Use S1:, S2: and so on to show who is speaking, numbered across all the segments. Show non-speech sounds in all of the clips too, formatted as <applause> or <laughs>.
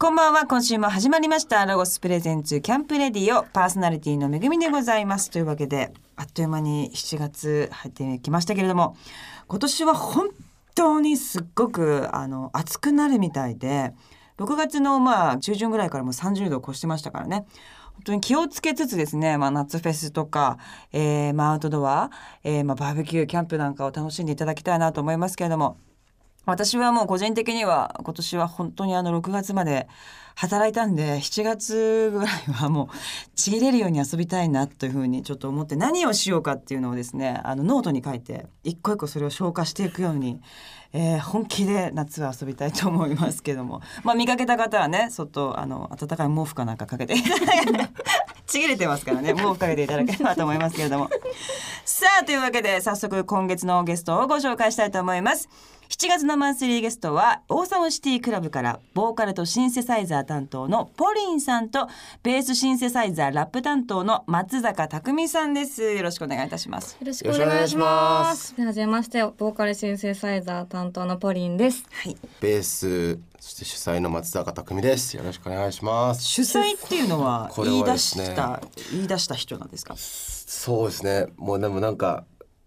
S1: こんばんは、今週も始まりました。ロゴスプレゼンツキャンプレディオパーソナリティのめぐみでございます。というわけで、あっという間に7月入ってきましたけれども、今年は本当にすっごく、あの、暑くなるみたいで、6月のまあ中旬ぐらいからもう30度を越してましたからね。本当に気をつけつつですね、まあ、夏フェスとか、えーまあ、アウトドア、えーまあ、バーベキューキャンプなんかを楽しんでいただきたいなと思いますけれども私はもう個人的には今年は本当にあの6月まで働いたんで7月ぐらいはもうちぎれるように遊びたいなというふうにちょっと思って何をしようかっていうのをですねあのノートに書いて一個一個それを消化していくように、えー本気で夏は遊びたいと思いますけども、まあ、見かけた方はね外あの暖かい毛布かなんかかけて <laughs> ちぎれてますからね毛布かけていただければと思いますけれども。さあというわけで早速今月のゲストをご紹介したいと思います7月のマンスリーゲストはオーサムシティクラブからボーカルとシンセサイザー担当のポリンさんとベースシンセサイザーラップ担当の松坂匠さんですよろしくお願いいたします
S2: よろしくお願いし
S3: よろしくお願
S2: ま。
S3: いします
S2: はじめまして、ボーカルシンセサイザー担当のポリンです。
S1: はい。
S3: ベースそして主催の松坂匠ですよろしくお願いします
S1: 主催っていうのは
S3: これ
S1: 言い
S3: は
S1: 出
S3: ですね
S1: した、言い出した人なんですか
S3: そうですねもうでもなんか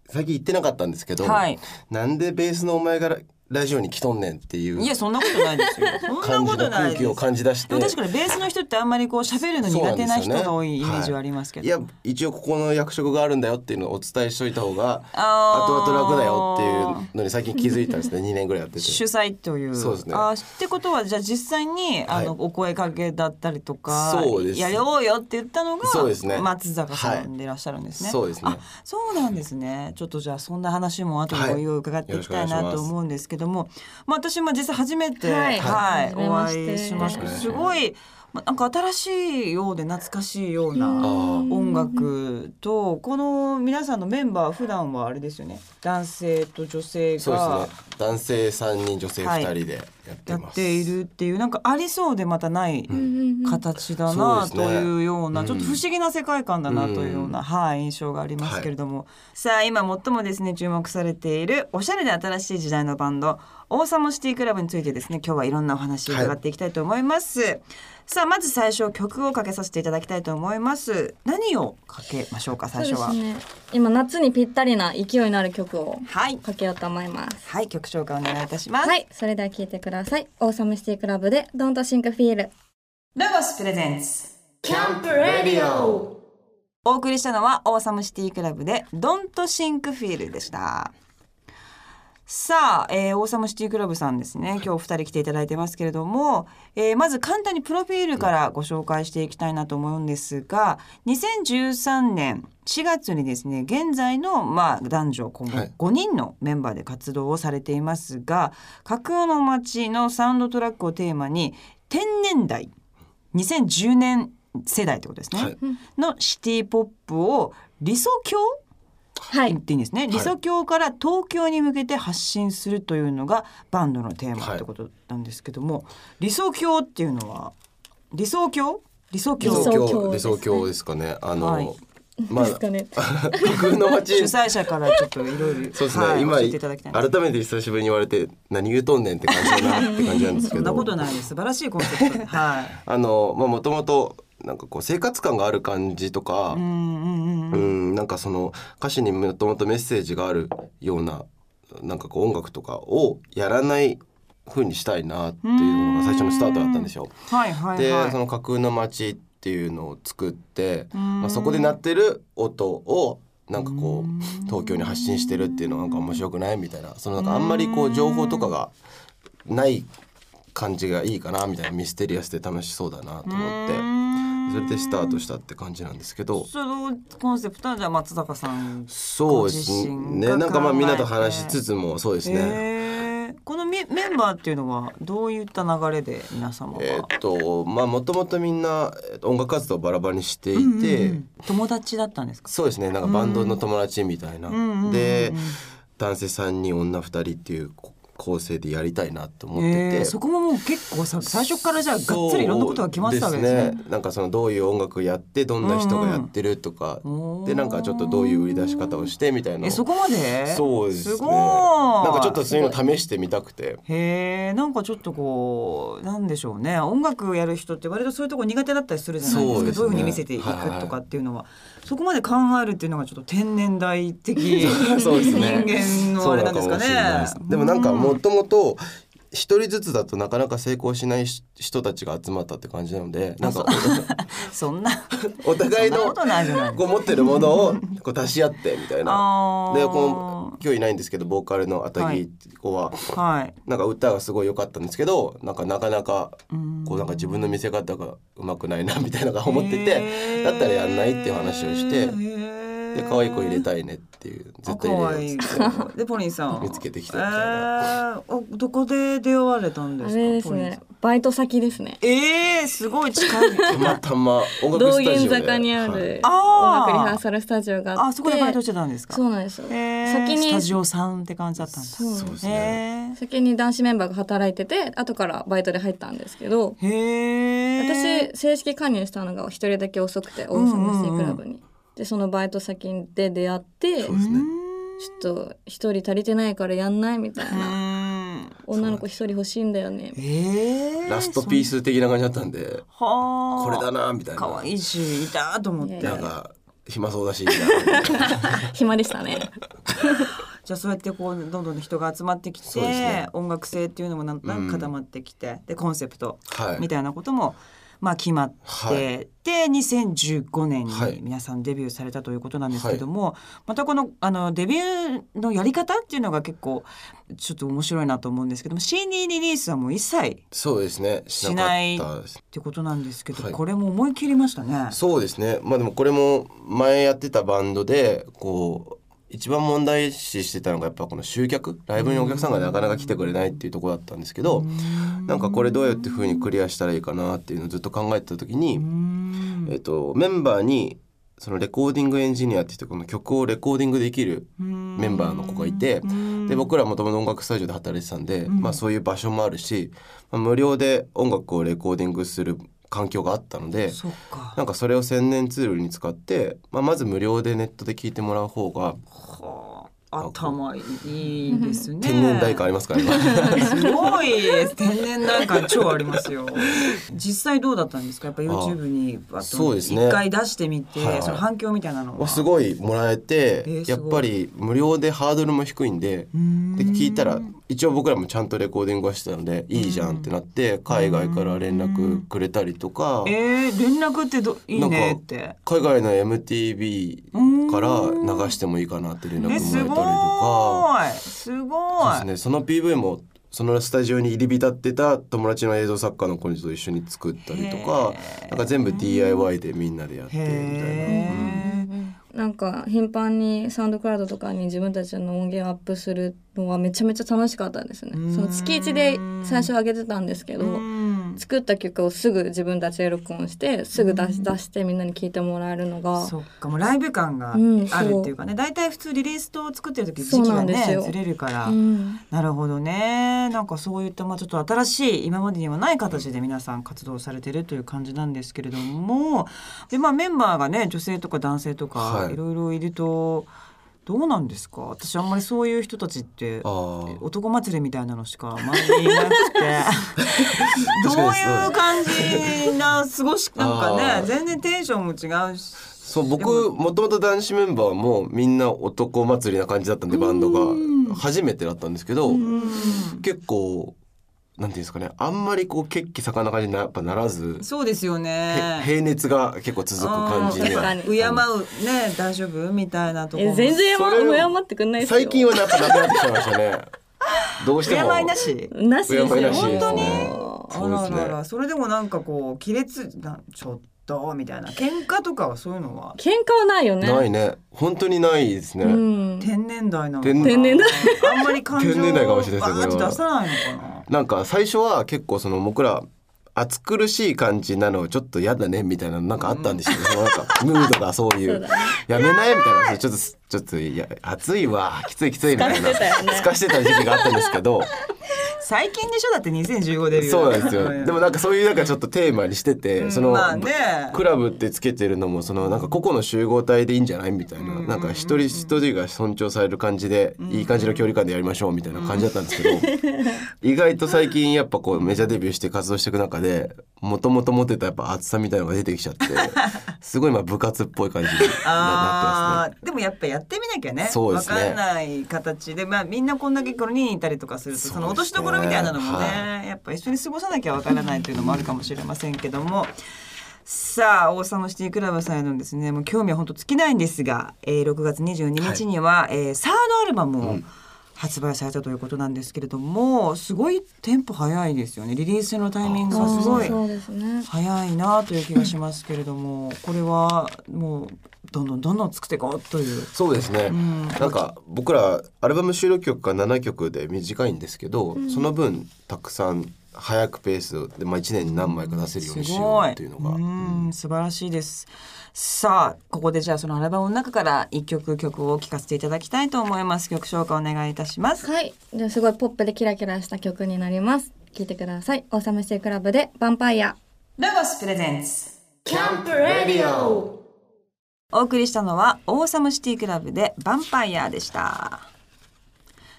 S3: 最近言ってなかったんですけど、
S1: はい
S3: なんでベースのお前がララジオに来とんねんっていう
S1: いやそんなことない
S3: <laughs>
S1: ですよそん
S3: 感
S1: なこ
S3: じ
S1: と
S3: の
S1: ない
S3: 空
S1: です
S3: 気を感じ出して
S1: でも確かにベースの人ってあんまりこう喋るの苦手な人が多いイメージはありますけど
S3: いや一応ここの役職があるんだよっていうのをお伝えしといた方が
S1: あー
S3: 後々楽だよっていうのに最近気づいたんです
S1: <laughs>
S3: ね2年ぐらいやってて
S1: 主催という。
S3: そうですね
S1: あってことはじゃあ実際にあの、
S3: はい
S1: お声かけだったりとか
S3: そうです
S1: やろうよって言ったのが
S3: そうですね
S1: 松坂さんでいらっしゃるんですね。
S3: そうですね
S1: あそうなんですね。ちょっとじゃあそんな話も後
S3: は
S1: で
S3: い
S1: おいを伺っていきたい
S3: よろしくお願いし
S1: な
S3: ます
S1: と思うんですけども、まあ私も実際初めては、
S2: はいい
S1: はい
S2: はい
S1: お会いしましたけど
S3: よろ
S1: す
S3: しくお
S1: ご
S3: 願
S1: い。まあなんか新しいようで懐かしいよう
S3: あ
S1: な
S3: ー
S1: 音楽とこの皆さんのメンバー普段はあれですよね男性と女性
S3: そうですね
S1: が
S3: 男性3人女性2人でやって
S1: や
S3: ま
S1: っ
S3: す、
S1: ているっていうなんかありそうでまたない形だな
S3: そ
S1: と
S3: うですね
S1: いうような
S3: うん
S1: ちょっと不思議な世界観だなというような、はい、印象がありますけれども、さあ今最もですね注目されているおしゃれで新しい時代のバンドオーサムシティクラブについてですね今日はいろんなお話を伺っていきたいと思います、さあまず最初曲をかけさせていただきたいと思います何をかけましょうか最初は、
S2: そうですね。今夏にぴったりな勢いのある曲を
S1: はい
S2: かけようと思います。
S1: はい曲紹介お願いいたします、
S2: はい、それでは聴いてください。オーサムシティクラブで Don't Think Feel。
S1: ロゴスプレゼンツ
S3: キャンプレディオ
S1: お送りしたのはオーサムシティクラブでドントシンクフィールでしたさあ、えー、オーサムシティクラブさんですね今日お二人来ていただいてますけれども、えーまず簡単にプロフィールからご紹介していきたいなと思うんですが2013年4月にですね現在の、まあ、男女今後
S3: はい
S1: 5人のメンバーで活動をされていますが「架空の街」のサウンドトラックをテーマに天然代2010年世代ってことですね。
S3: はい
S1: のシティポップを理想郷
S2: は
S1: 言っ
S2: い。
S1: ていいんですね、理想郷から東京に向けて発信するというのがバンドのテーマってことなんですけども、理想郷っていうのは理想郷理想
S3: 理
S1: 郷
S3: 想
S2: 想郷
S3: 郷
S2: で
S3: 理
S2: すね
S3: 想郷ですかねあの、
S1: はい
S3: まあ
S2: ですかね。
S3: 架空の街
S1: 主催者からちょっといろいろ
S3: そうですね、
S1: はい
S3: 今
S1: 教えていただきたいんです
S3: 改めて久しぶりに言われて何言うとんねんって感じだなって感じなんです
S1: そ
S3: けど
S1: んなことないです素晴らしいコンセ
S3: <laughs>
S1: プトではい
S3: あのまあもともとなんかこう生活感がある感じとか、
S1: う
S3: うん
S1: うんうんうん
S3: ん、なんかその歌詞にもともとメッセージがあるようななんかこう音楽とかをやらない風にしたいなっていうのが最初のスタートだったんですよ。
S1: はいはい
S3: で、
S1: はい
S3: その架空の街っていうのを作って、
S1: うん
S3: まあ、そこで鳴ってる音をなんかこう東京に発信してるっていうのはなんか面白くないみたいなそのなんかあんまりこう情報とかがない感じがいいかなみたいなミステリアスで楽しそうだなと思ってそれでスタートしたって感じなんですけど。
S1: そのコンセプトはじゃあ松坂さん
S3: そうです
S1: ご自身が考
S3: ね
S1: えて
S3: なんかまあみんなと話しつつもそうですね、
S1: へーこのメメンバーっていうのはどういった流れで皆様は、
S3: えーっとまあもともとみんなえっと音楽活動をバラバラにしていて、
S1: うんうん友達だったんですか
S3: そうですねなんかバンドの友達みたいな、
S1: うんうんうんうん
S3: で男性3人女2人っていうこ構成でやりたいなと思ってて、
S1: えーそこももう結構さ最初からじゃあがっつりいろんなことが決まってたわけです
S3: そう
S1: ね。
S3: ねなんかそのどういう音楽やってどんな人がやってるとか、
S1: おー
S3: でなんかちょっとどういう売り出し方をしてみたいなのを
S1: えそこまで
S3: そうですね
S1: すごい
S3: なんかちょっとそういうの試してみたくて
S1: へえんかちょっとこうなんでしょうね音楽やる人って割とそういうとこ苦手だったりするじゃないです
S3: そう
S1: か
S3: ですね
S1: どういうふうに見せていくとかっていうのは、そこまで考えるっていうのがちょっと天然大的人
S3: <laughs> そうですね
S1: 間の
S3: そ
S1: あ
S3: う
S1: れ
S3: な
S1: な
S3: の
S1: んですかね
S3: もしれないです。でもなんかもともと一人ずつだとなかなか成功しないし人たちが集まったって感じなのでなんか
S1: そんな
S3: お互い
S1: そんな
S3: の
S1: ことないじゃない
S3: こう持ってるものをこう足し合ってみたいな。
S1: あー
S3: でこう今日いないんですけどボーカルのあたぎ子は、
S1: はい
S3: なんか歌がすごい良かったんですけどなんかなかなか
S1: うん
S3: こうなんか自分の見せ方がうまくないなみたいなのが思ってて
S1: へー
S3: だったらやんないっていう話をして
S1: へー
S3: で可愛い子入れたいねっていう絶対
S1: 可
S3: 入れ
S1: 愛い
S3: よ
S1: う
S3: っつっ
S1: 子
S3: て
S1: でポリンさん
S3: 見つけてきた
S1: え
S3: みたい
S1: ーおどこで出会われたんで
S2: あ
S1: すか
S2: れです
S1: ポリンさ
S2: ね
S1: ん
S2: バイト先ですね
S1: えー、すごい近い
S3: <laughs> たまたま音楽
S2: 道
S3: スタジ
S2: 玄
S3: オで
S2: 坂にあ
S3: はい
S2: る音
S1: あー
S2: 楽リハーサルスタジオがあって
S1: あそこでバイトしてたんですか
S2: そうなんですよ、
S1: えー、
S2: 先
S1: スタ
S2: に
S1: ジオさんって感じだったんだ
S2: そう
S3: そうですね
S1: へ
S2: 先に男子メンバーが働いてて後からバイトで入ったんですけど
S1: ーへー
S2: 私正式加入したのが一人だけ遅くてオーサムシティクラブに、でそのバイト先で出会ってちょ
S3: そうですね
S2: っと一人足りてないからやんないみたいうな、
S1: ん
S2: 女の子一人欲しいんだよね
S1: えー、
S3: ラストピース的な感じだったんで
S1: そんはあ
S3: これだなみたいな
S1: 可愛いしいたと思って
S2: いやい
S3: な
S2: や
S3: んか暇そうだしいいなみたいな
S1: <laughs>
S2: <laughs> 暇でしたね
S1: じゃあそうやってこうどんどん人が集まってきて、
S3: そうですね
S1: 音楽性っていうのもなんとなく固まってきて、でコンセプト
S3: はい
S1: みたいなことも、まあ、決まって、
S3: はい
S1: で2015年
S3: はい
S1: に皆さんデビューされたということなんですけども、またこのあのデビューのやり方っていうのが結構ちょっと面白いなと思うんですけども CD リリースはもう一切っ
S3: そうですねしなかったです
S1: てことなんですけど、
S3: はい
S1: これも思い切りましたね。
S3: そうですねまあでもこれも前やってたバンドでこう一番問題視してたのがやっぱこの集客ライブにお客さんがなかなか来てくれないっていうところだったんですけどなんかこれどうやって風にクリアしたらいいかなっていうのをずっと考えてた時に、
S1: うん
S3: えっと、メンバーにそのレコーディングエンジニアって言ってこの曲をレコーディングできるメンバーの子がいてで僕らもともと音楽スタジオで働いてたんで、まあ、そういう場所もあるし、まあ、無料で音楽をレコーディングする環境があったので
S1: そっか
S3: なんかそれを宣伝ツールに使って、まあ、まず無料でネットで聞いてもらう方が
S1: はあ頭いいですね。
S3: 天然代感ありますからね。
S1: <laughs> すごいです天然なんか超ありますよ実際どうだったんですかやっぱ YouTube にバッと
S3: そうですね
S1: 一回出してみて、
S3: はいはい
S1: その反響みたいなの
S3: ま
S1: は
S3: あすごいもらえて、
S1: えーす
S3: やっ
S1: ごい
S3: ぱり無料でハードルも低いんで
S1: ん
S3: で聞いたら一応僕らもちゃんとレコーディングはしてたのでいいじゃんってなって海外から連絡くれたりとか
S1: えー、連絡ってどいいねって
S3: 海外の MTV から流してもいいかなって連絡も
S1: え
S3: らえた
S1: す
S3: りと
S1: ご
S3: か
S1: ーいすご
S3: そう
S1: い
S3: ですねその PV もそのスタジオに入り浸ってた友達の映像作家の子と一緒に作ったりとか
S1: へー
S3: なんか全部 DIY でみんなでやってみたいな。うん
S1: へー
S2: なんか頻繁にサウンドクラウドとかに自分たちの音源をアップするのはめちゃめちゃ楽しかったですね
S1: うん
S2: その月1で最初上げてたんですけど
S1: うん
S2: 作った曲をすぐ自分たちで録音してすぐ出し出してみんなに聴いてもらえるのが
S1: そっかもうライブ感が
S2: うん
S1: あるっていうかね、だいたい普通リリースと作ってる時
S2: そ
S1: 時
S2: う
S1: 期
S2: な
S1: が
S2: んです
S1: ね
S2: よ
S1: ずれるから、
S2: うん
S1: なるほどねなんかそういったまあちょっと新しい今までにはない形で皆さん活動されてるという感じなんですけれどもで、まあ、メンバーがね女性とか男性とか
S3: はい
S1: いろいろいるとどうなんですか私あんまりそういう人たちって
S3: あー
S1: 男祭りみたいなのしか周りにい
S3: <laughs>
S1: なくてどういう感じな過ごしなんか
S3: あ
S1: ね
S3: ー
S1: 全然テンションも違うし。
S3: そう
S1: で
S3: 僕もともと男子メンバーもみんな男祭りな感じだったんでバンドが初めてだったんですけど結構なんていうんですかねあんまりこう血気盛んな感じになやっぱならず
S1: そうですよ
S3: へ
S1: ね
S3: 平熱が結構続く感じに
S2: あー確か
S3: は
S2: に
S1: 敬うね大丈夫みたいなところ
S2: え
S1: も
S2: 全然
S3: それを
S2: 上回ってくんないですよ
S3: 最近はなんかなくなってきちゃいましたねどうしても
S1: 敬いなし
S2: なしですよ
S3: 敬いなし
S2: 本
S3: で
S2: 当
S3: す
S2: に
S3: ね
S1: あ
S3: そうで
S1: ら
S3: す
S1: ら
S3: ね
S1: らそれでもなんかこう亀裂なんちょっとみたいな喧嘩とかはそういうのは
S2: 喧嘩はないよね
S3: ないね本当にないですね、
S2: うん
S1: 天然代なの
S3: 天
S2: 天然代
S1: あんまり感情を
S3: 天然代かもしれないですね
S1: バーッと
S3: これは
S1: 出さないのかな
S3: なんか最初は結構その僕ら暑苦しい感じなのちょっと嫌だねみたいなのなんかあったんですよ、そのなんか <laughs> ムードがそうい
S2: そう
S3: う
S2: だ
S3: やめないみたいなそうちょっとちょっといや暑いわきついきついみたいな
S2: 疲れてたよね
S3: 透かしてた時期があったんです
S2: <laughs>
S3: けど
S1: 最近でしょだって2015デビュー
S3: そうなんですよでもなんかそういうなんかちょっとテーマにしてて、その、
S1: まあね
S3: クラブってつけてるのもそのなんか個々の集合体でいいんじゃないみたいななんか一人一人が尊重される感じでいい感じの距離感でやりましょうみたいな感じだったんですけど意外と最近やっぱこうメジャーデビューして活動していく中でもともと持ってたやっぱ熱さみたいなのが出てきちゃって <laughs> すごい今部活っぽい感じになってま
S1: あーでもやっぱやってみなきゃね
S3: そうですね
S1: 分かんない形で、まあ、みんなこんだけこの人いたりとかするとそ,、
S3: そうですね
S1: の落としどころみたいなのもね、
S3: は
S1: やっぱ一緒に過ごさなきゃ分からないというのもあるかもしれませんけども。さあ、王様シティクラブさんへのですね、もう興味は本当尽きないんですが、えー、6月22日には、えーサードアルバムを発売されたということなんですけれども、すごいテンポ早いですよね。リリースのタイミングがすごい。
S2: そうですね。
S1: 早いなという気がしますけれども、これはもうどんどんどんどん作っていこうという。
S3: すねそうですね、
S1: うん
S3: なんか僕らアルバム収録曲が7曲で短いんですけど、その分たくさん早くペースで、まあ、1年に何枚か出せるようにしようっていうのが。
S1: すごうん素晴らしいです。さあここでじゃあそのアルバムの中から一曲曲を聴かせていただきたいと思います。曲紹介お願いいたします。
S2: はい。じゃあすごいポップでキラキラした曲になります。聞いてください。オーサムシティクラブでヴァンパイア。
S1: ラゴスプレゼンス。
S3: キャンプレディオ
S1: お送りしたのはオーサムシティクラブでヴァンパイアでした。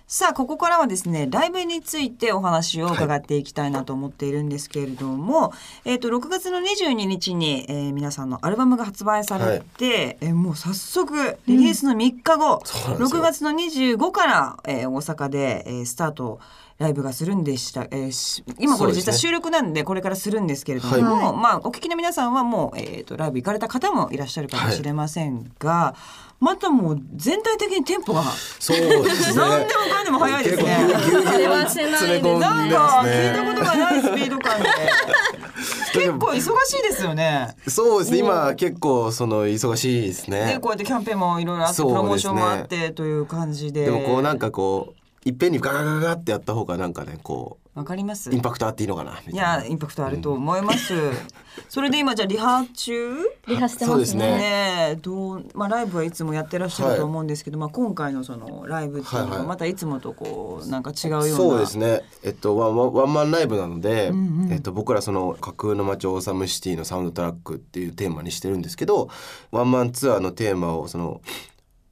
S1: さあここからはですねライブについてお話を伺っていきたいなと思っているんですけれども、えっ、と6月の22日に、えー皆さんのアルバムが発売されて、えーもう早速リリースの3日後、
S3: そうなんです
S1: 6
S3: よ
S1: 月の25から、えー大阪で、えースタートライブがするんでした、えーし今これ実は
S3: そうです
S1: 収録なんでこれからするんですけれども、
S3: はい
S1: もうまあお聞きの皆さんはもう、えー、とライブ行かれた方もいらっしゃるかもしれませんが、またもう全体的にテンポが。
S3: そうですね。
S1: 何でもかんでも早いですね
S3: 結構ぎゅうぎゅう
S2: それはしないです
S3: 詰め込んで
S1: なんか
S3: ます
S1: 聞い
S3: ね。
S1: たことがないスピード感で結構忙しいですよね。
S3: そうですね。今結構その忙しいです
S1: で
S3: ね
S1: こ。うやってキャンペーンもいろいろあってプ
S3: そうです
S1: ロ
S3: ね
S1: モーションもあってという感じで。
S3: でもこうなんかこういっぺんにガガガガってやった方がなんかねこ
S1: わかります。
S3: うイン
S1: い
S3: パクトあっていいのかなみたいな。
S1: やインパクトあると思い
S3: <laughs>
S1: ます。それで今じゃあリハ中
S2: リハしてますね。
S3: そうですね
S1: ねえどうまあライブはいつもやってらっしゃると思うんですけど、まあ今回のそのライブっていうの
S3: はい
S1: は
S3: はい
S1: またいつもとこうなんか違うような。
S3: そうですね。えっとワンワンワンマンライブなので、
S1: うんうん
S3: えっと僕らその架空の街オーサムシティのサウンドトラックっていうテーマにしてるんですけど、ワンマンツアーのテーマをその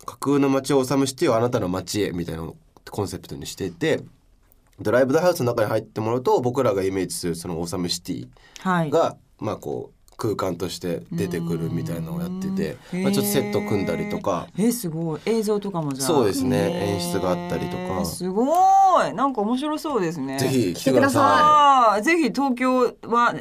S3: 架空の街オーサムシティをあなたの街へみたいなのをコンセプトにしていて。ドライブ・ダ・ハウスの中に入ってもらうと僕らがイメージするそのオーサムシティ
S1: はい。
S3: が、まあこう空間として出てくるみたいなのをやって
S1: う
S3: て、
S1: ん
S3: まあ、ちょっとセット組んだりとか
S1: えーすごい映像とかもじゃあ
S3: そうですね
S1: へー
S3: 演出があったりとか
S1: すごいなんか面白そうですね
S3: ぜひ
S2: て
S3: 来て
S2: く
S3: く
S2: だ
S3: だ
S2: さ
S3: さい。
S1: あーぜひ東京は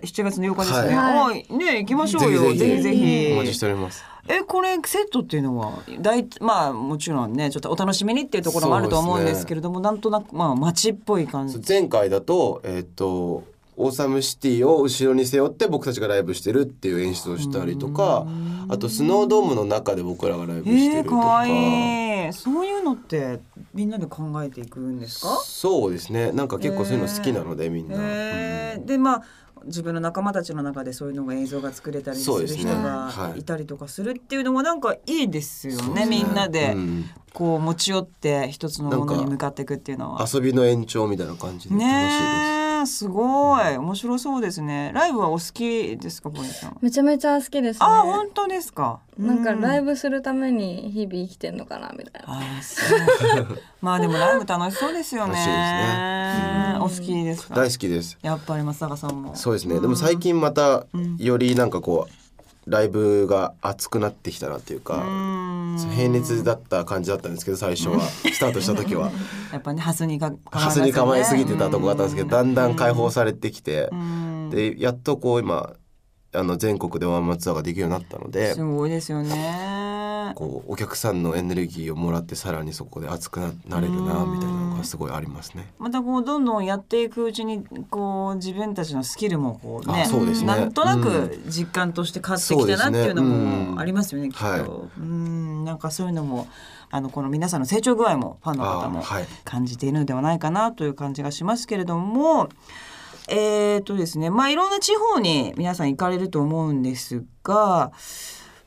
S1: 7月の8日ですね、
S2: はい
S1: はい、ね行きましょうよぜひぜ
S3: ぜ
S1: ひぜ
S3: ひぜ
S1: ひ
S3: お待ちしております。
S1: えこれセットっていうのは大まあもちろんねちょっとお楽しみにっていうところもあると思うんですけれども、なんとなくまあ街っぽい感じ
S3: そう前回だとえっ、とオーサムシティを後ろに背負って僕たちがライブしてるっていう演出をしたりとかあとスノードームの中で僕らがライブして
S1: え
S3: る
S1: ー、
S3: と
S1: か
S3: か
S1: わ。いいそういうのってみんなで考えていくんですか
S3: そうですねなんか結構そういうの好きなので、みんな、
S1: え
S3: うん
S1: ー、でまあ自分の仲間たちの中でそういうのが映像が作れたりす
S3: そう
S1: る
S3: ですね
S1: 人が
S3: はい
S1: いたりとかするっていうのもなんかいいですよ
S3: そ
S1: ね
S3: うですね
S1: みんなで
S3: うん
S1: こう持ち寄って一つのもの
S3: なん
S1: に
S3: か
S1: 向かっていくっていうのは。
S3: 遊びの延長みたいな感じで楽しいです。
S1: ねえすごい面白そうですね。ライブはお好きですかボイさん。
S2: めちゃめちゃ好きですね。
S1: あ本当ですか。
S2: なんかライ
S1: ブ。
S2: ブするために日々生きてんのかなみたいな。
S1: あそうまあでもライブ楽しそうですよね。
S3: 楽しいですね
S1: お好きですか
S3: 大。好きです。
S1: やっぱり松坂さんも。
S3: そうですね。でも最近またよりなんかこうライブが熱くなってきたなっていう
S1: う
S3: か、
S1: ん
S3: そう平熱だった感じだったんですけど最初はスタートした時は。
S1: やっぱねハスにか構え
S3: ハスに構えすぎてたとこがあったんですけど、だんだん解放
S1: し、
S3: されてきて、でやっとこう今あの全国でワンマンツアーができるようになったのです
S1: ごいですよね。
S3: こうお客さんのエネルギーをもらってさらにそこで熱くななれるなみたいなのがすごいありますね。
S1: またこうどんどんやっていくうちにこう自分たちのスキルもこうね
S3: あそうですね
S1: なんとな
S3: う
S1: く実感として変わってきたなっ
S3: そう
S1: て
S3: ですね
S1: いうの
S3: う
S1: も
S3: ん
S1: ありますよね、きっと、
S3: はい
S1: うんなんかそういうのもあのこの皆さんの成長具合もファンの方
S3: あー
S1: も
S3: はい。
S1: 感じているのではないかなという感じがしますけれども、えー、とですね、まあいろんな地方に皆さん行かれると思うんですが、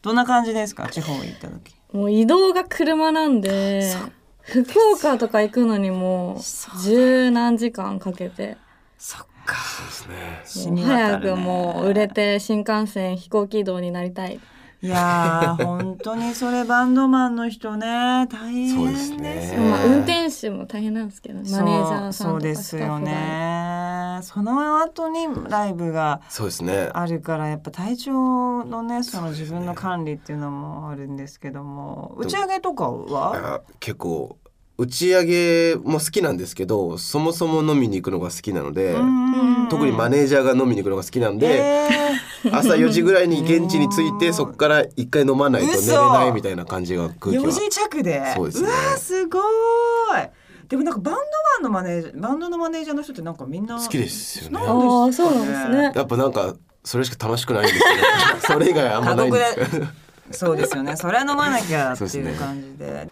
S1: どんな感じですか地方行った時。
S2: もう移動が車なんで
S1: そう
S2: 福岡とか行くのにも
S1: そう
S2: う十何時間かけて
S1: そっか。
S3: すね
S1: 染
S2: もう
S1: み渡るね
S2: 早くもう売れて新幹線飛行機移動になりたい
S1: いや
S3: <laughs>
S1: ー本当にそれバンドマンの人ね大変
S3: そうですね
S2: まあ、運転手も大変なんですけどねマネージャーさ
S1: そ
S2: ん
S1: うそう
S2: とかス
S1: です
S2: タッ
S1: よ
S2: フが
S1: ねその後にライブが
S3: そうですね
S1: あるからやっぱ体調のねその自分の管理っていうのもあるんですけども打ち上げとかは
S3: あ結構打ち上げも好きなんですけどそもそも飲みに行くのが好きなので、
S2: うん
S3: 特にマネージャーが飲みに行くのが好きなんで、
S1: え
S3: 朝4時ぐらいに現地に着い
S1: お
S3: <laughs> て
S1: ー
S3: そこから一回飲まないと寝れ
S1: 嘘
S3: ないみたいな感じが
S1: ー、
S3: 空気
S1: 4
S3: は
S1: 時着で
S3: そうですね
S1: わーすごーいでもなんかバンドマンのマネージャーバンドのマネージャーの人ってなんかみんな
S3: 好きですよね
S1: な
S2: あ
S1: ん
S2: ー
S1: です
S2: そ
S1: かね
S2: うなんですね
S3: やっぱなんかそれしか楽しくないんです
S1: <laughs>
S3: けどそれ以外あんまないんですけど
S1: そうですよね。それは飲まなきゃって
S3: そう
S1: い
S3: で
S1: う
S3: すね
S1: 感じで。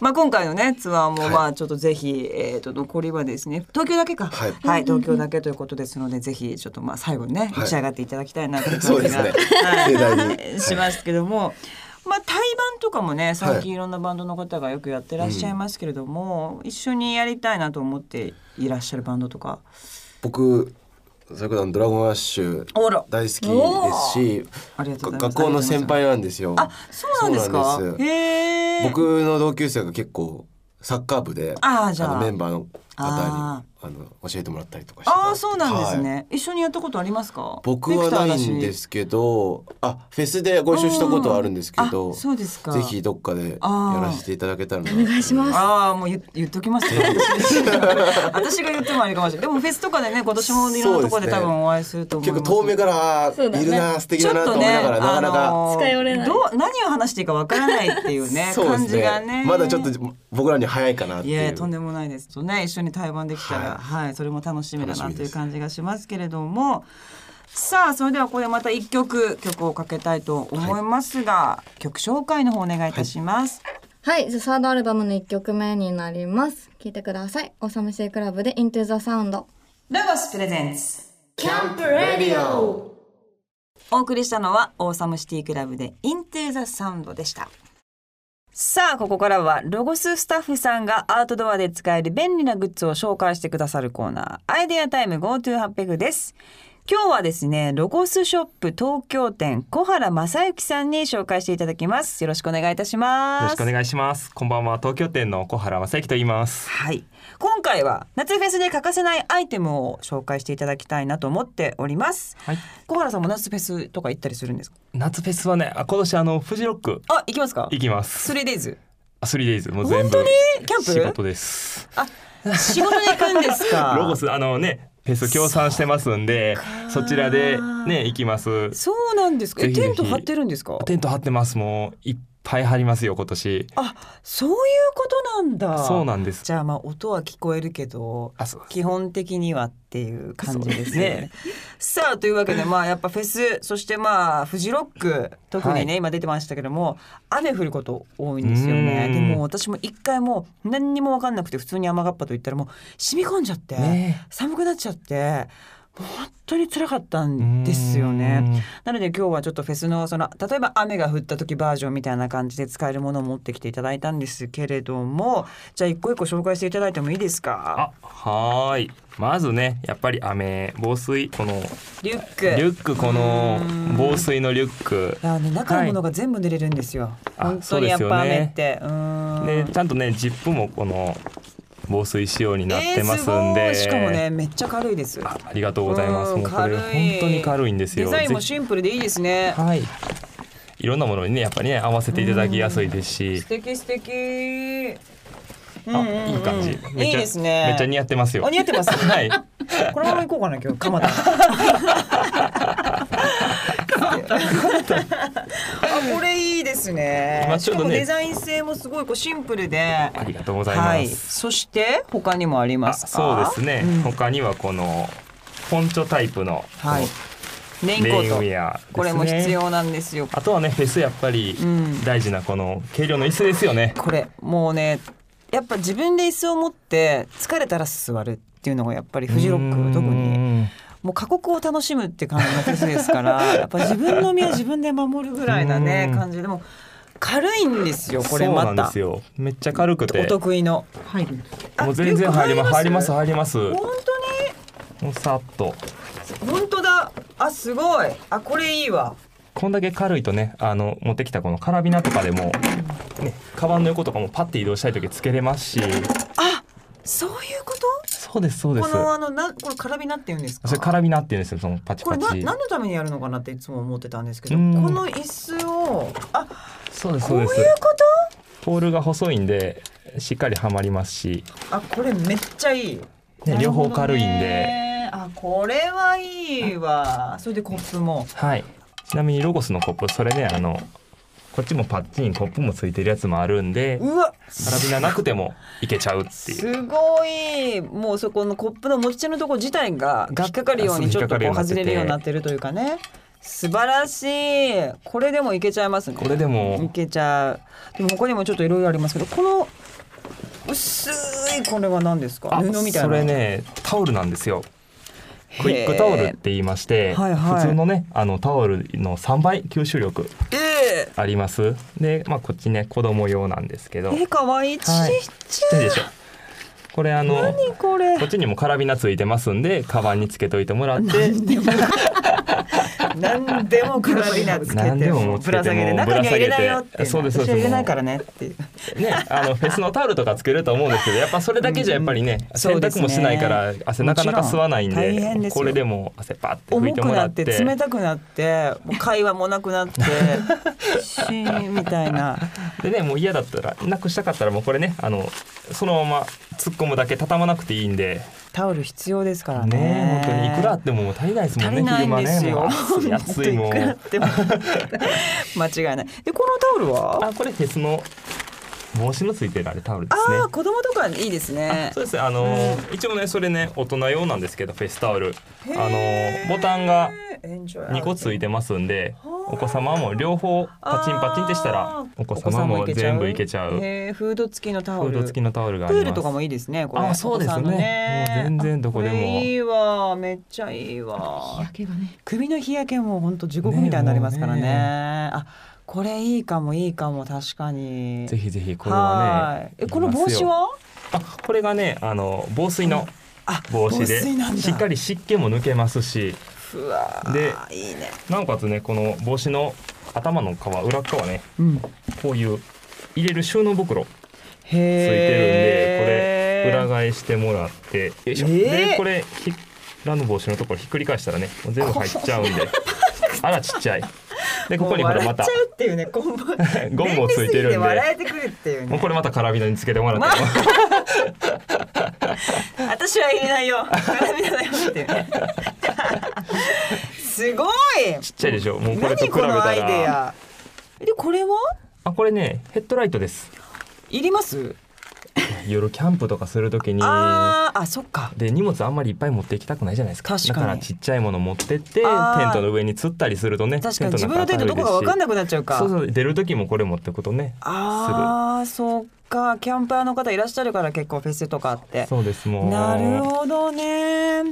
S1: まあ今回のねツアーも
S3: はい
S1: まあちょっとぜひ、えっ、と残りはですね東京だけか
S3: はい
S1: 東京だけということですのでぜひちょっとまあ最後にね、
S3: はい
S1: 打ち上がっていただきたいなと
S3: <laughs>
S1: いう
S3: そ
S1: 感
S3: うで
S1: じ
S3: す
S1: が、
S3: ね
S1: はい
S3: 盛大に
S1: <laughs> しますけども、まあ対バンとかもね最近いろんなバンドの方がよくやってらっしゃいますけれども、一緒にやりたいなと思っていらっしゃるバンドとか。
S3: 僕それこそドラゴンアッシュ
S1: あら
S3: 大好きですし
S1: ありがとうございます
S3: 学校の先輩なんですよ
S1: あそうなんですか。
S3: そうなんです
S1: へー
S3: 僕の同級生が結構サッカー部で
S1: あーじゃあ
S3: のメンバーの方に
S1: あ
S3: あの教えてもらったりとかして
S1: あ
S3: た
S1: あそうなんですね、
S3: はい
S1: 一緒にやったことありますか
S3: 僕はないんですすけどあフェスでご一緒したことはあるんですけど
S1: そうですか
S3: ぜひどっかでやらせていただけたらな
S2: お願いします
S1: ああもう言言っとき
S3: <laughs>
S1: ますね私が言ってもあれかもしれないでもフェスとかでね今年もいろんなところで多分お会いすると思い
S3: 結
S1: ます
S3: 構遠目からあ
S2: そうだ
S3: ー
S2: ね
S3: いるな、素敵だなと思いながら、なかなか、
S1: あのー
S2: 近寄れない
S1: どう何を話していいかわからないっていうね
S3: そうです
S1: 感じがね
S3: まだちょっと僕らに早いかなって
S1: い
S3: いう
S1: やとんでもないですとね一緒に対バンできたら、はいそれも楽しみだ
S3: 楽し
S1: な
S3: み
S1: と
S3: で
S1: いう
S3: す
S1: 感じがしますけれどもさあそれではここでまた一曲曲をかけたいと思いますが、曲紹介の方お願いいたします。
S2: はいじゃあサードアルバムの一曲目になります聞いてください「オサムシークラブ」で「Into the Sound
S1: ラゴスプレゼンツ
S3: キャンプレディオ
S1: お送りしたのはオーサムシティクラブでインテーザサウンドでしたさあここからはロゴススタッフさんがアウトドアで使える便利なグッズを紹介してくださるコーナーアイデアタイム GoTo800 です今日はですねロゴスショップ東京店小原正幸さんに紹介していただきますよろしくお願いいたします
S4: よろしくお願いします。こんばんは、東京店の小原正幸と言います。
S1: はい、今回は夏フェスで欠かせないアイテムを紹介していただきたいなと思っております
S4: はい、
S1: 小原さんも夏フェスとか行ったりするんですか
S4: 夏フェスはね、あ今年あのフジロック
S1: あ行きますか
S4: 行きます
S1: ス。リーデイズ
S4: あ、スリーデイズもう全部
S1: 本当にキャンプ
S4: 仕事です。
S1: あ、仕事に行くんですか
S4: <laughs> ロゴスあのね、フェス協賛してますんで、そちらでね行きます。
S1: そうなんですかえ
S4: ぜひぜ
S1: テ
S4: ひ
S1: ント張ってるんですか
S4: テント張ってます。もういっぱい張りますよ今年。
S1: あ、そういうことなんだ
S4: そうなんです。
S1: じゃあまあ音は聞こえるけど
S4: あ、そう。
S1: 基本的にはっていう感じですね。さあというわけでまあやっぱフェスそしてまあフジロック特にね、
S4: は
S1: 今出てましたけども雨降ること多いんですよね。
S4: うん
S1: でも私も一回もう何にも分かんなくて普通に雨がっぱと言ったらもう染み込んじゃって、
S4: ね
S1: 寒くなっちゃってもう本当に辛かったんですよね。なので今日はちょっとフェスのその例えば雨が降った時バージョンみたいな感じで使えるものを持ってきていただいたんですけれどもじゃあ一個一個紹介していただいてもいいですか
S4: あ、はーい。まずね、やっぱり雨防水この
S1: リュック
S4: リュックこの
S1: うん
S4: 防水のリュック。
S1: いやね、中のものが全部濡れるんですよ、
S4: あ
S1: 本当にやっぱ
S4: そうですよ
S1: 雨
S4: ね
S1: ってうーん
S4: でちゃんとねジップもこの防水仕様になってますんで、
S1: えーすごいしかもねめっちゃ軽いです
S4: あありがとうございます
S1: うん
S4: もうこ
S1: 軽
S4: れ
S1: い
S4: 本当に軽いんです
S1: デ
S4: よ
S1: ザインも
S4: ぜ
S1: シンプルでいいですね
S4: ひはいいろんなものにねやっぱりね合わせていただきやすいですし
S1: 素、敵素敵
S4: あ
S1: うんうんうん
S4: いい感じめっ
S1: い
S4: ち
S1: い
S4: ゃ
S1: ですね
S4: めっちゃ似合ってますよ
S1: あ似合ってます
S4: はい
S1: このまま行こうかな今日鎌田あこれいいですね
S4: 今
S1: し
S4: ちょ
S1: か
S4: っと
S1: も
S4: ね
S1: デザイン性もすごいこうシンプルで
S4: ありがとうござい
S1: はい
S4: ます、
S1: そして他にもあり
S4: あ
S1: ます
S4: そ
S1: か
S4: うですね、
S1: うん
S4: 他にはこのポンチョタイプのこの
S1: はいレインコ
S4: レインウ
S1: ート
S4: ェアですね
S1: これも必要なんですよ
S4: あとはねフェスやっぱり
S1: うん
S4: 大事なこの軽量の椅子ですよね、
S1: これもうねやっぱ自分で椅子を持って疲れたら座るっていうのがやっぱりフジロックは特に
S4: に
S1: もう過酷を楽しむって感じのフェスです
S4: <laughs>
S1: から、やっぱ自分の身は自分で守るぐらいなね
S4: うん
S1: 感じでも軽いんですよこれ
S4: そ
S1: ま
S4: うなん
S1: た
S4: です。よめっちゃ軽く
S1: お
S4: て
S1: 得意の入る。あ
S4: もう全然入ります入ります
S1: 本
S4: 入りますも
S1: 当
S4: うさっと
S1: に本当だ。あすごい。あこれいいわ。
S4: こんだけ軽いとねあの持ってきたこのカラビナとかでもねカバンの横とかもパッて移動したい時つけれますし
S1: あそういうこと？
S4: そうですそうで
S1: こ
S4: す
S1: のあのなこれカラビナって言うんですか
S4: それカラビナって言うんですよそのパチ
S1: こ
S4: パ
S1: れな
S4: チ
S1: 何のためにやるのかなっていつも思ってたんですけど
S4: う
S1: こ
S4: ん
S1: の椅子をあ
S4: そうです
S1: こ
S4: そう
S1: うい
S4: で
S1: うこ
S4: すポールが細いんでしっかりはまりますし、
S1: とあこれめっちゃいい、
S4: ね、両方軽いん
S1: なるほど
S4: で、
S1: ねあこれはいいわそれでコップも
S4: はいちなみにロゴスのコップそれねあのこっちもパッチンコップもついてるやつもあるんで
S1: うわ
S4: カラビナなくてもいけちゃうっていう。
S1: すごいもうそこのコップの持ち手のとこ自体が
S4: が
S1: 引っかかるように
S4: あ
S1: ち
S4: そう
S1: ょ
S4: 引
S1: っ
S4: っ
S1: と
S4: かかる
S1: こ
S4: よ
S1: う
S4: うになっ
S1: 外
S4: てて
S1: れるようになってるというかね素晴らしいこれでもいけちゃいますね
S4: これで
S1: い
S4: も
S1: けちゃう。でも他にもちょっといろいろありますけど、この薄いこれは何ですか？
S4: あ
S1: 布みたいな。
S4: それねタオルなんですよ。
S1: へー、
S4: クイックタオルって言いまして、
S1: はいはい
S4: 普通のねあのタオルの3倍吸収力
S1: え
S4: あります。でまあこっちね子供用なんですけど、
S1: ー、えー、かわいい。ちっちゃ
S4: はい
S1: い。
S4: ちっちゃいでしょ。これあの
S1: 何これ
S4: こっちにもカラビナついてますんでカバンにつけといてもらって
S1: 何でも何でもカラビナつけて
S4: 何でももうつ
S1: ぶ
S4: けても
S1: ら下げ <laughs> で中には入れないよって
S4: ぶら下げてそうです
S1: 私は入れないから
S4: そう
S1: ねっていう
S4: ね、あのフェスのタオルとかつけると思うんですけどやっぱそれだけじゃやっぱりね、
S1: そう
S4: 洗
S1: です
S4: 濯
S1: ね
S4: もしないから汗なかなか吸わないんで
S1: もちろん大変ですよ
S4: これでも汗パッて拭
S1: 重
S4: いて
S1: く
S4: もら
S1: な
S4: っ
S1: って
S4: て
S1: 冷たくなってもう会話もなくなってシーンみたいな
S4: でねもう嫌だったらなくしたかったらもうこれねあのそのまま突っ込むだけ畳まなくていいんで
S1: タオル必要ですから
S4: ね
S1: ね
S4: 本当にいくらあってももう足りないですも
S1: 足
S4: ん
S1: り
S4: ね
S1: ない
S4: 昼
S1: ん
S4: 間
S1: です
S4: ねも
S1: よ。
S4: う
S1: <laughs>
S4: 暑い暑いもう
S1: くら
S4: <laughs>
S1: っても間違いない。でこのタオルは？
S4: あこれフェスの帽子のついてるあれタオルですね
S1: ああ子供とかにいいですね。
S4: そうですあのー一応ねそれね大人用なんですけどフェスタオルあの
S1: へ
S4: ー
S1: ー
S4: ボタンが2
S1: 2
S4: 個ついてますんで
S1: はあ
S4: お子様も両方パチンパチンってしたらお子様も全部いけちゃうフ
S1: へーフード付きのタオ
S4: ー
S1: ル。
S4: ド付きのタオルがあ
S1: プ
S4: りま
S1: ー
S4: す
S1: ルとかもいいですね。これ。
S4: あそうですね
S1: お子さんの
S4: もう全然どこでも
S1: あれいいわ、めっちゃいいわ。首の日焼けも本当地獄みたいになりますからね。
S4: ね
S1: あ、これいいかもいいかも確かに。
S4: ぜひぜひこれはね
S1: いえ、この
S4: いりま
S1: 帽
S4: すよ
S1: 子は？
S4: あこれがねあの防水の
S1: あ
S4: 帽子で
S1: 防水なんだ
S4: しっかり湿気も抜けますし
S1: うわー
S4: で
S1: いいね。
S4: なおかつねこの帽子の頭の皮裏側ね
S1: うん。
S4: こういう入れる収納袋
S1: つい
S4: ついてるんで、これ裏
S1: が
S4: 返してもらってよいしょ、
S1: えー
S4: でこれひラの帽子のところひっくり返したらねもう全部入っちゃう
S1: <laughs>
S4: んであらちっちゃいでここにほらまた
S1: 笑っちゃうっていうね、ゴム
S4: ゴムもついて
S1: 便利す
S4: るんで
S1: ぎ笑えてくるっていう
S4: もう
S1: ね。
S4: これまたカラビナにつけてもらって、
S1: 私は入れない
S4: <laughs>
S1: よ。並びないよっていうね。 <laughs> すごい。
S4: ちっちゃいでしょもうこ
S1: 何
S4: れと比べ
S1: こ
S4: た
S1: のアイデ
S4: ら
S1: ア。でこれは
S4: あこれねヘッドライトです
S1: いります？
S4: 夜キャンプとかするときに
S1: あーあ、そっか。
S4: で荷物あんまりいっぱい持っていきたくないじゃないですか
S1: 確かに
S4: だからちっちゃいもの持ってってテン
S1: あー
S4: トの上に吊ったりするとね
S1: 確かに
S4: テ
S1: 自
S4: ント
S1: 分の
S4: の
S1: 手
S4: 中
S1: とどこか分かんなくなっちゃうか。
S4: そうそう出る時もこれ持ってくとね
S1: ああ、そっか。キャンパーの方いらっしゃるから結構フェスとかあって。
S4: そうですもう
S1: なるほどね。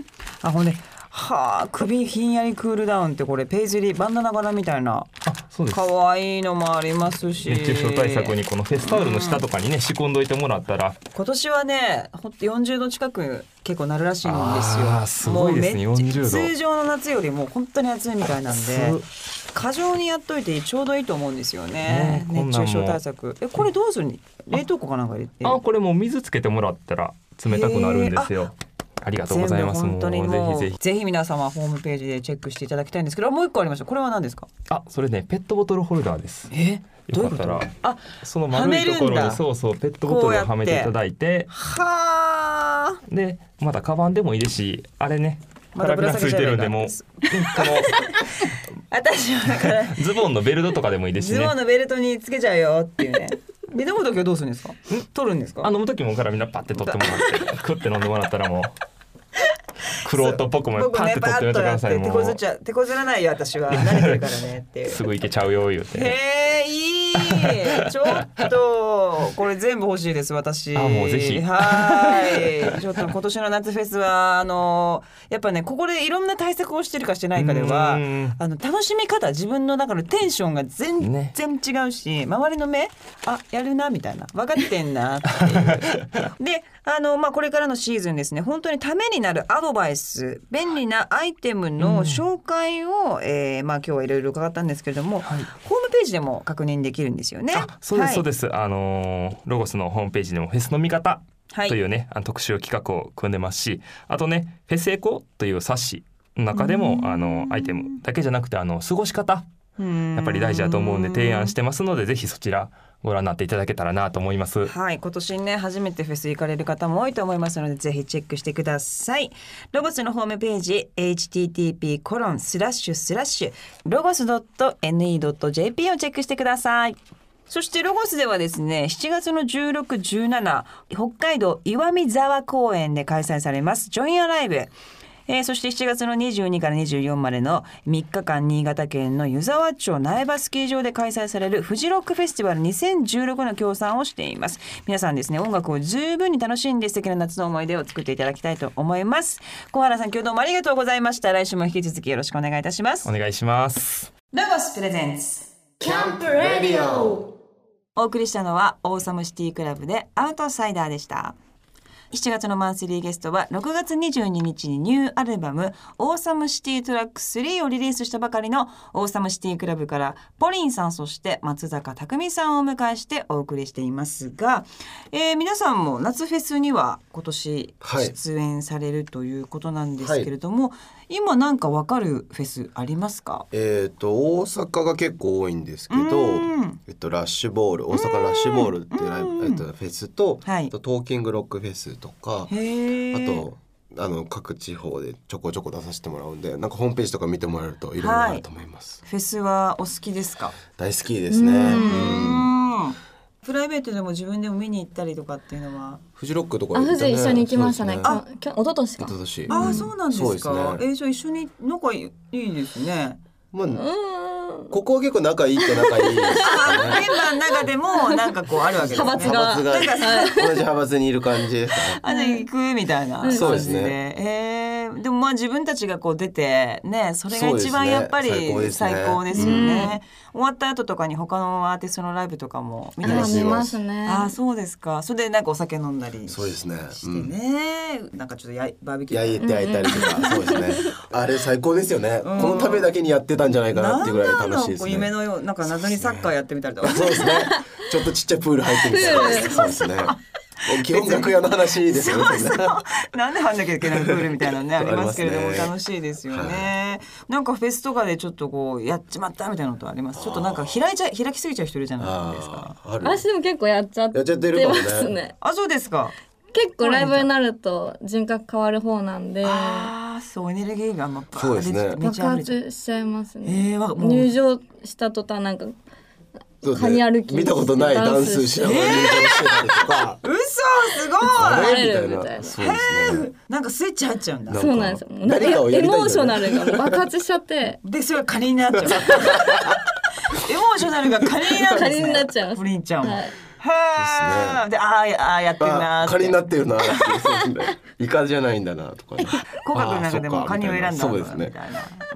S1: あ、ほんで、はあ、首ひんやりクールダウンってこれペイズリーバンダナ柄みたいな
S4: あそうです
S1: 可愛いのもありますし。
S4: 熱中症対策にこのフェスタオルの下とかにね仕込んどいてもらったら
S1: 今年はね、ほんと40度近く結構なるらしいんです
S4: あ
S1: よ。
S4: ーすごいですね
S1: もうめっちゃ
S4: 40度
S1: 通常の夏よりも本当に暑いみたいなんで、過剰にやっといてちょうどいいと思うんですよね。
S4: ねこん
S1: 熱
S4: なんも
S1: 中症対策。え、これどうするに冷凍庫かなんか入れて。
S4: あこれもう水つけてもらったら冷たくなるんですよありがとうございます
S1: 全部本
S4: も
S1: 当に
S4: う
S1: もうぜ
S4: ぜひ
S1: ひ
S4: ぜひ
S1: 皆様ホームページでチェックしていただきたいんですけどもう一個ありましたこれは何ですか
S4: あそれねペットボトルホルダーです
S1: えどうい
S4: よ
S1: うこ
S4: か
S1: と
S4: ったら
S1: あ
S4: その丸いとこ
S1: はめるん
S4: ろ
S1: だ
S4: にそうそうペットボトルをはめていただいて
S1: はあ
S4: でまだカバンでもいいですしあれね
S1: また
S4: カラ
S1: ぶ
S4: ビ
S1: ら
S4: ナ
S1: 下げ
S4: つい
S1: ちゃ
S4: て
S1: えばいいん
S4: るん
S1: だ
S4: でもうこ
S1: 私はだ
S4: <laughs>
S1: から <laughs>
S4: のズボンのベルトとかでもいいですし
S1: ズ
S4: ね
S1: ボンのベルトにつけちゃうよって
S4: <laughs>
S1: いうねで飲む時はどうするんですか取るんですか
S4: あ飲む時もカラビナパッて取ってもらってクッて飲んでもらったら
S1: <laughs>
S4: もうクロートっぽくも
S1: 僕
S4: パッ
S1: ね
S4: て
S1: パ
S4: 取って
S1: ッと
S4: おいてく
S1: や
S4: だ
S1: っ
S4: さい
S1: て
S4: も
S1: 手
S4: う <laughs>
S1: こずっちゃ手こずらないよ私は慣れてるからねっていう
S4: すぐ行けちゃうよ言うて
S1: へえいちょっとこれ全部欲しいです私
S4: あもうぜひ
S1: はーいちょっと今年の夏フェスはあのやっぱねここでいろんな対策をしてるかしてないかでは
S4: うん
S1: あの楽しみ方自分の中のテンションが全
S4: ね
S1: 然違うし、周りの目あやるなみたいな分かってんなっていうであの、まあ、これからのシーズンですね本当にためになるアドバイス便利なアイテムの紹介を、えーまあ、今日はいろいろ伺ったんですけれども、ホームページでも確認できるんですよね。
S4: あそうです、
S1: はい
S4: そうですあのーロゴスのホームページでもフェスの見方
S1: はい
S4: というね、あの特集企画を組んでますしあとねフェスエコという冊子の中でもあのアイテムだけじゃなくてあの過ごし方
S1: うん
S4: やっぱり大事だと思うんで提案してますのでぜひそちらご覧になっていただけたらなと思います。
S1: はい今年ね初めてフェス行かれる方も多いと思いますのでぜひチェックしてくださいロゴスのホームページ http コロンスラッシュスラッシュロゴス .ne.jp をチェックしてくださいそしてロゴスではですね7月の1617北海道岩見沢公園で開催されますジョインアライブえーそして7月の22から24までの3日間新潟県の湯沢町苗場スキー場で開催されるフジロックフェスティバル2016の協賛をしています皆さんですね音楽を十分に楽しんで素敵な夏の思い出を作っていただきたいと思います小原さん今日どうもありがとうございました来週も引き続きよろしくお願いいたします
S4: お願いします。
S1: ロゴスプレゼンツ
S3: キャンプレディオ
S1: お送りしたのはオーサムシティクラブでアウトサイダーでした7月のマンスリーゲストは6月22日にニューアルバムオーサムシティトラック3をリリースしたばかりのオーサムシティクラブからポリンさんそして松坂匠さんをお迎えしてお送りしていますが、えー皆さんも夏フェスには今年
S3: はい
S1: 出演されるということなんですけれども、今なんかわかるフェスありますか
S3: えっ、と大阪が結構多いんですけ
S1: う
S3: ど
S1: ん、
S3: えっとラッシュボール大阪ラッシュボールっていうライ
S1: うん
S3: ブ、えっと、フェスと、
S1: はい
S3: あとトーキングロックフェスとか
S1: へー
S3: あとあの各地方でちょこちょこ出させてもらうんでなんかホームページとか見てもらえるといろいろあると思います、
S1: フェスはお好きですか
S3: 大好きですねうん
S1: うんプライベートでも自分でも見に行ったりとかっていうのは、
S3: フジロックとか
S2: あ、
S3: 行った
S2: 富士一緒に行きましたね。
S3: そうです
S2: あ、きょ一昨年か
S3: 一。昨年
S1: ああそうなんです
S3: そうです
S1: か。
S3: ね
S1: えーじゃあ一緒に仲いいですね。
S3: ま
S2: う
S3: あ
S2: ーん。
S3: ここは結構仲いいって仲いいです
S1: あメン
S3: かね
S1: バーの中でもなんかこうあるわけですね。
S2: 派閥が
S3: <laughs> 派閥が同じ派閥にいる感じですかね
S1: あじゃあ行くみたいな
S2: うん
S3: そうですね
S1: えーでもまあ自分たちがこう出てねそれが一番
S3: そうですね
S1: やっぱり
S3: 最高ですね
S1: 最高ですよね。終わった後とかに他のアーティストのライブとかも見たり
S2: あ
S1: し
S2: 見ますね。
S1: ああそうですか。それでなんかお酒飲んだり
S3: そうですね
S1: して
S3: うん
S1: ね、なんかちょっとやいバーベキュー
S3: 焼いて焼いたりとか、そうですね。あれ最高ですよね、
S1: うん
S3: このためだけにやってたんじゃないかなっていうぐらい楽しいで
S1: こ
S3: す
S1: う夢
S3: ね。
S1: のようなんか謎にサッカーやってみたりとか。
S3: そうですね。ちょっとちっちゃいプール入ってみたい
S2: プー
S3: な。そうですね。基本楽屋の話ですよね。それね
S1: なんで入んなきゃいけないプールみたいなのねありますけれども
S3: <laughs> ありますね
S1: 楽しいですよね。なんかフェスとかでちょっとこうやっちまったみたいなのとあります。ちょっとなんか開いちゃ開きすぎちゃう人いるじゃないですか。
S3: ああ、ある。
S2: 私でも結構やっちゃって
S3: やっちゃってるか
S2: ま
S3: もね
S2: すね。
S1: あそうですか。
S2: 結構ライブになると人格変わる方なんで、
S1: ああそうエネルギーがまあバ
S3: そう
S1: ー
S3: で
S1: っ
S3: す
S1: て
S3: ね
S1: 出てめ
S2: 爆
S1: ちゃあるじゃん。
S2: 発しちゃいますね。
S1: えー、わもう
S2: 入場した途端なんか
S3: そうです
S2: カニ歩き
S3: 見たことないダンスしながら入場してたりとか。
S1: 嘘す
S3: あ
S1: ごい。
S3: れ
S2: バレる
S3: み
S2: み
S3: た
S2: た
S3: い
S2: い
S3: な。
S2: な
S3: そうですね。
S1: なんかスイッチ入っちゃうんだ
S3: な。んか
S2: そうなんですよ。もうなんか
S3: 何かをや
S2: エ
S3: り
S2: モ
S3: たいん
S2: ー
S3: じ
S2: シ
S3: ゃ
S2: ョ
S3: な
S2: ナ
S3: い
S2: ルがもう爆発しちゃ
S1: <laughs>
S2: って。
S1: でそれがカニにな
S2: <laughs>
S1: っちゃう。エモーショナルがカニになるんですね。
S2: カニになっちゃいます
S1: プリンちゃんも。
S2: はい
S1: はあ。であーあーやってるなー
S3: あ
S1: っ、て。
S3: カニになってるなっていう。そうですね。イカじゃないんだなと
S1: <laughs>
S3: かね。
S1: 口角の中でもカニを選んだんだ
S3: そう
S1: み
S3: です
S1: たい
S3: ね。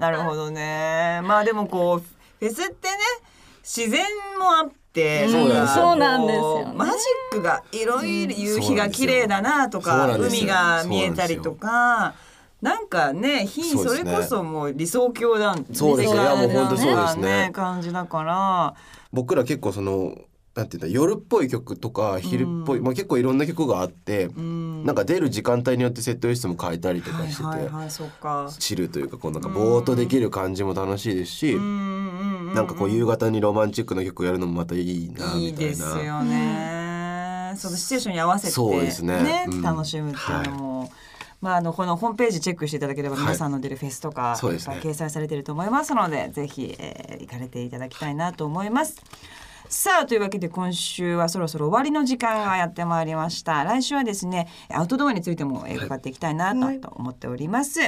S1: な。なるほどね。まあでもこうフェスってね自然もあって、
S2: そう
S3: なんですよ
S2: そうなんですよね
S1: こうマジックがいろいろ夕日
S3: そうな
S1: が
S3: んです
S1: 綺
S3: よ
S1: 麗だなと
S3: そう
S1: か
S3: なんですよ
S1: 海が見えたりとか。なんかね、非
S3: そう
S1: そ
S3: です
S1: れ
S3: ね
S1: こそもう理想郷だん
S3: そうで
S1: 理想郷
S2: ね
S3: す
S2: いやもう
S1: な
S2: 本当
S3: そうですね
S1: ね感じだから、
S3: 僕ら結構そのなんていうんだ夜っぽい曲とか昼っぽい、まあ、結構いろんな曲があって、
S1: うん
S3: なんか出る時間帯によってセットリストも変えたりとかしてて、
S1: はいはいはい、そっか。
S3: チルというかこうなんかぼーっとできる感じも楽しいですし、
S1: な
S3: なんかこう夕方にロマンチックな曲やるのもまたいいなみたいな。
S1: いいですよね。そのシチュエーションに合わせて
S3: そうですねうん
S1: 楽しむっていうのも。まあ、あのこのホームページチェックしていただければ
S3: はい
S1: 皆さんの出るフェスとか、
S3: そう
S1: い
S3: で
S1: っ
S3: すね
S1: ぱい掲載されていると思いますのでぜひ、えー行かれていただきたいなと思います。さあというわけで今週はそろそろ終わりの時間がやってまいりました来週はですねアウトドアについてもえー伺っていきたいなと思っております、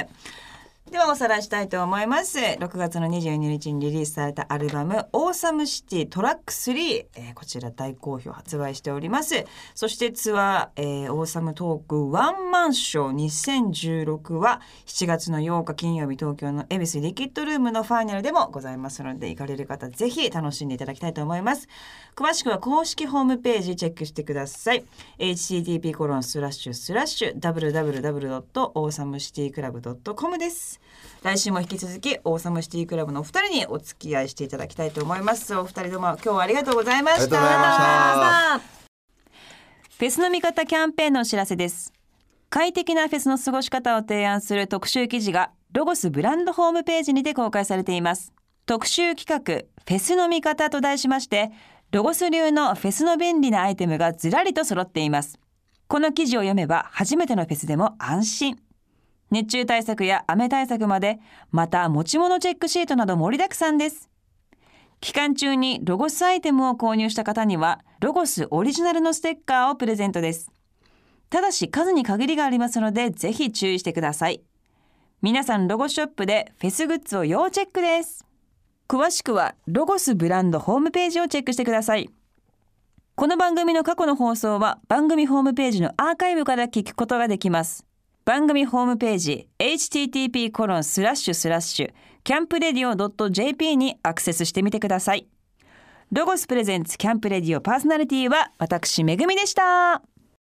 S1: ではおさらいしたいと思います6月の22日にリリースされたアルバム「オーサムシティトラック3」えーこちら大好評発売しておりますそしてツアー、えーオーサムトークワンマンショー2016は7月の8日金曜日東京の恵比寿リキッドルームのファーニャルでもございますので行かれる方ぜひ楽しんでいただきたいと思います詳しくは公式ホームページチェックしてください http コロンスラッシュスラッシュ www.awesomeCityclub.com です来週も引き続きオーサムシティクラブのお二人にお付き合いしていただきたいと思いますお二人どうも今日はありがとうございました
S3: ありがとうございました
S1: フェスの見方キャンペーンのお知らせです。快適なフェスの過ごし方を提案する特集記事がロゴスブランドホームページにて公開されています。特集企画フェスの見方と題しまして、ロゴス流のフェスの便利なアイテムがずらりと揃っています。この記事を読めば初めてのフェスでも安心。熱中対策や雨対策まで、また持ち物チェックシートなど盛りだくさんです。期間中にロゴスアイテムを購入した方にはロゴスオリジナルのステッカーをプレゼントですただし数に限りがありますのでぜひ注意してください皆さんロゴショップでフェスグッズを要チェックです詳しくはロゴスブランドホームページをチェックしてくださいこの番組の過去の放送は番組ホームページのアーカイブから聞くことができます番組ホームページ http コロンスラッシュスラッシュキャンプレディオ .jp にアクセスしてみてくださいロゴスプレゼンツキャンプレディオパーソナリティは私めぐみでした